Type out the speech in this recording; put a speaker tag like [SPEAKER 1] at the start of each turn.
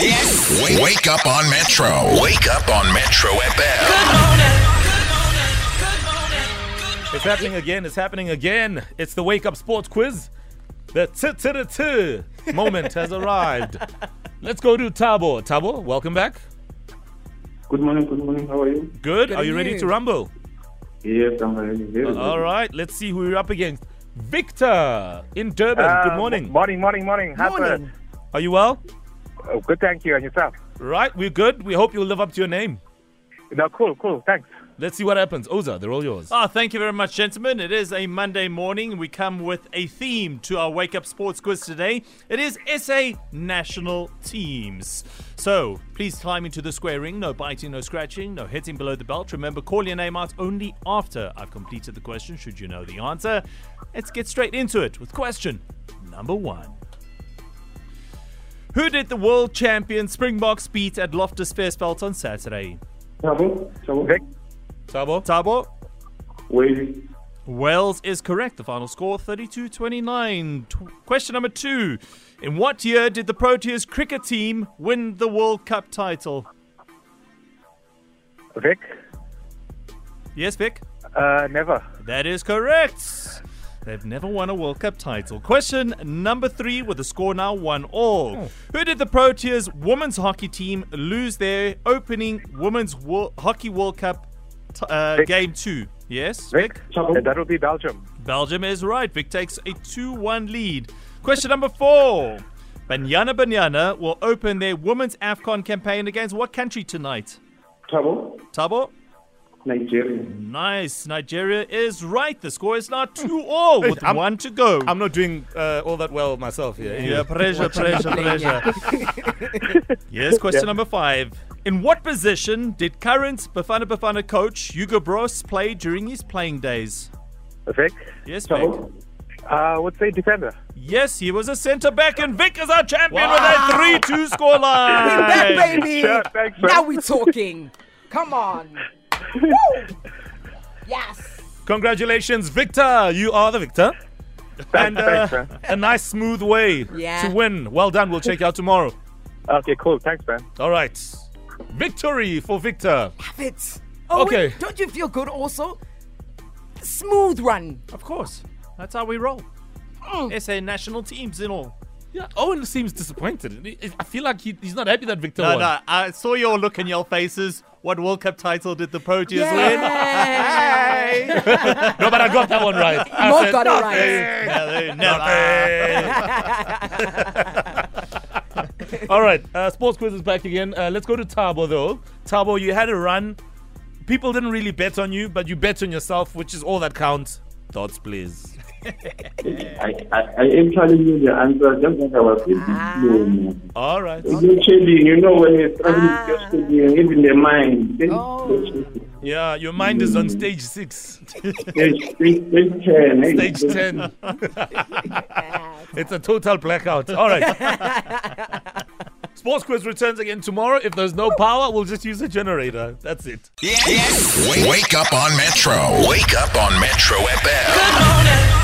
[SPEAKER 1] Yes. Wake, wake up on Metro. Wake up on Metro FM.
[SPEAKER 2] It's happening again. It's happening again. It's the wake up sports quiz. The t t t t moment has arrived. Let's go to Tabo. Tabo, welcome back.
[SPEAKER 3] Good morning, good morning. How are you?
[SPEAKER 2] Good. Are
[SPEAKER 4] and
[SPEAKER 2] you ready
[SPEAKER 4] you?
[SPEAKER 2] to rumble?
[SPEAKER 3] Yes, I'm very good.
[SPEAKER 2] All right. Let's see who you're up against. Victor in Durban. Good
[SPEAKER 5] Um,
[SPEAKER 4] Um,
[SPEAKER 2] morning.
[SPEAKER 6] Morning, morning, morning. Have
[SPEAKER 4] Morning.
[SPEAKER 2] Are you well?
[SPEAKER 6] A, oh, good, thank you. And yourself?
[SPEAKER 2] Right. We're good. We hope you'll live up to your name.
[SPEAKER 6] No, cool, cool. Thanks.
[SPEAKER 2] Let's see what happens. Oza, they're all yours.
[SPEAKER 4] Oh, thank you very much, gentlemen. It is a Monday morning. We come with a theme to our Wake Up Sports Quiz today. It is SA National Teams. So please climb into the square ring. No biting, no scratching, no hitting below the belt. Remember, call your name out only after I've completed the question, should you know the answer. Let's get straight into it with question number one. Who did the world champion Springboks beat at Loftus Fairsfelt on Saturday?
[SPEAKER 3] Chavo, Chavo.
[SPEAKER 6] Vic,
[SPEAKER 2] Tabo.
[SPEAKER 4] Tabo,
[SPEAKER 3] Wait.
[SPEAKER 4] Wales is correct. The final score 32 29. T- question number two. In what year did the Proteas cricket team win the World Cup title?
[SPEAKER 6] Vic,
[SPEAKER 4] Yes, Vic?
[SPEAKER 6] uh, never.
[SPEAKER 4] That is correct. They've never won a World Cup title. Question number three with the score now one all.
[SPEAKER 6] Oh.
[SPEAKER 4] Who did the Proteas women's hockey team lose their opening Women's Wo- Hockey World Cup t- uh,
[SPEAKER 6] Vic.
[SPEAKER 4] game two? Yes,
[SPEAKER 6] Vic,
[SPEAKER 3] Chavo.
[SPEAKER 6] uh, that will be Belgium.
[SPEAKER 4] Belgium is right. Vic takes a 2 1 lead. Question number four. Banyana Banyana will open their women's AFCON campaign against what country tonight?
[SPEAKER 3] Chavo,
[SPEAKER 4] Tabo?
[SPEAKER 3] Nigeria.
[SPEAKER 4] Nice. Nigeria is right. The score is now 2 all with
[SPEAKER 2] I'm-
[SPEAKER 4] one to go.
[SPEAKER 2] I'm not doing uh, all that well myself here.
[SPEAKER 4] yeah, pressure, pressure, pressure. yes, question number five. In what position did current Bafana Bafana coach Hugo Bros play during his playing days?
[SPEAKER 6] Vic,
[SPEAKER 4] Yes, Vic.
[SPEAKER 3] Chavo.
[SPEAKER 6] uh, I would say defender.
[SPEAKER 4] Yes, he was a centre back, and Vic is our champion with a 3 2 scoreline.
[SPEAKER 5] back, baby.
[SPEAKER 6] Sure, thanks, man.
[SPEAKER 5] now we talking. Come on. Woo. Yes.
[SPEAKER 2] Congratulations, Victor. You are the victor.
[SPEAKER 6] Thanks,
[SPEAKER 2] and
[SPEAKER 6] thanks,
[SPEAKER 2] uh,
[SPEAKER 6] man.
[SPEAKER 2] a nice smooth way
[SPEAKER 5] Yeah.
[SPEAKER 2] to win. Well done. We'll check you out tomorrow.
[SPEAKER 6] Okay, cool. Thanks, man.
[SPEAKER 2] All right. Victory for Victor.
[SPEAKER 5] Have it. Oh,
[SPEAKER 2] Okay.
[SPEAKER 5] wait, don't you feel good also? Smooth run.
[SPEAKER 4] Of course. That's how we roll. SA national teams and all.
[SPEAKER 2] Yeah, Owen seems disappointed. I feel like he, he's not happy that Victor
[SPEAKER 4] No, no, I saw your look in your faces. What World Cup title did the Proteas win?
[SPEAKER 5] Yeah.
[SPEAKER 2] No, but I got that one right. I
[SPEAKER 5] Mo
[SPEAKER 2] said
[SPEAKER 5] got it
[SPEAKER 2] nothing.
[SPEAKER 5] right.
[SPEAKER 4] No, they never.
[SPEAKER 2] All right. Uh, sports quiz is back again. Uh, let's go to Tabo, though. Tabo, you had a run. People didn't really bet on you, but you bet on yourself, which is all that counts. Thoughts, please.
[SPEAKER 3] I, I, I actually knew the answer just like I was a bit
[SPEAKER 2] Ah,
[SPEAKER 3] slow, man.
[SPEAKER 2] All right.
[SPEAKER 3] It's just shading, you know, when you're struggling,
[SPEAKER 2] Ah.
[SPEAKER 3] it's just shading, even the mind. Then-
[SPEAKER 5] Oh.
[SPEAKER 2] Yeah, your mind is on stage six,
[SPEAKER 3] Stage, stage, stage 10. eh?
[SPEAKER 2] stage 10. It's a total blackout. All right. Sports quiz returns again tomorrow. If there's no power, we'll just use a generator. That's it.
[SPEAKER 1] Yes. Wake, wake up on Metro. Wake up on Metro FM.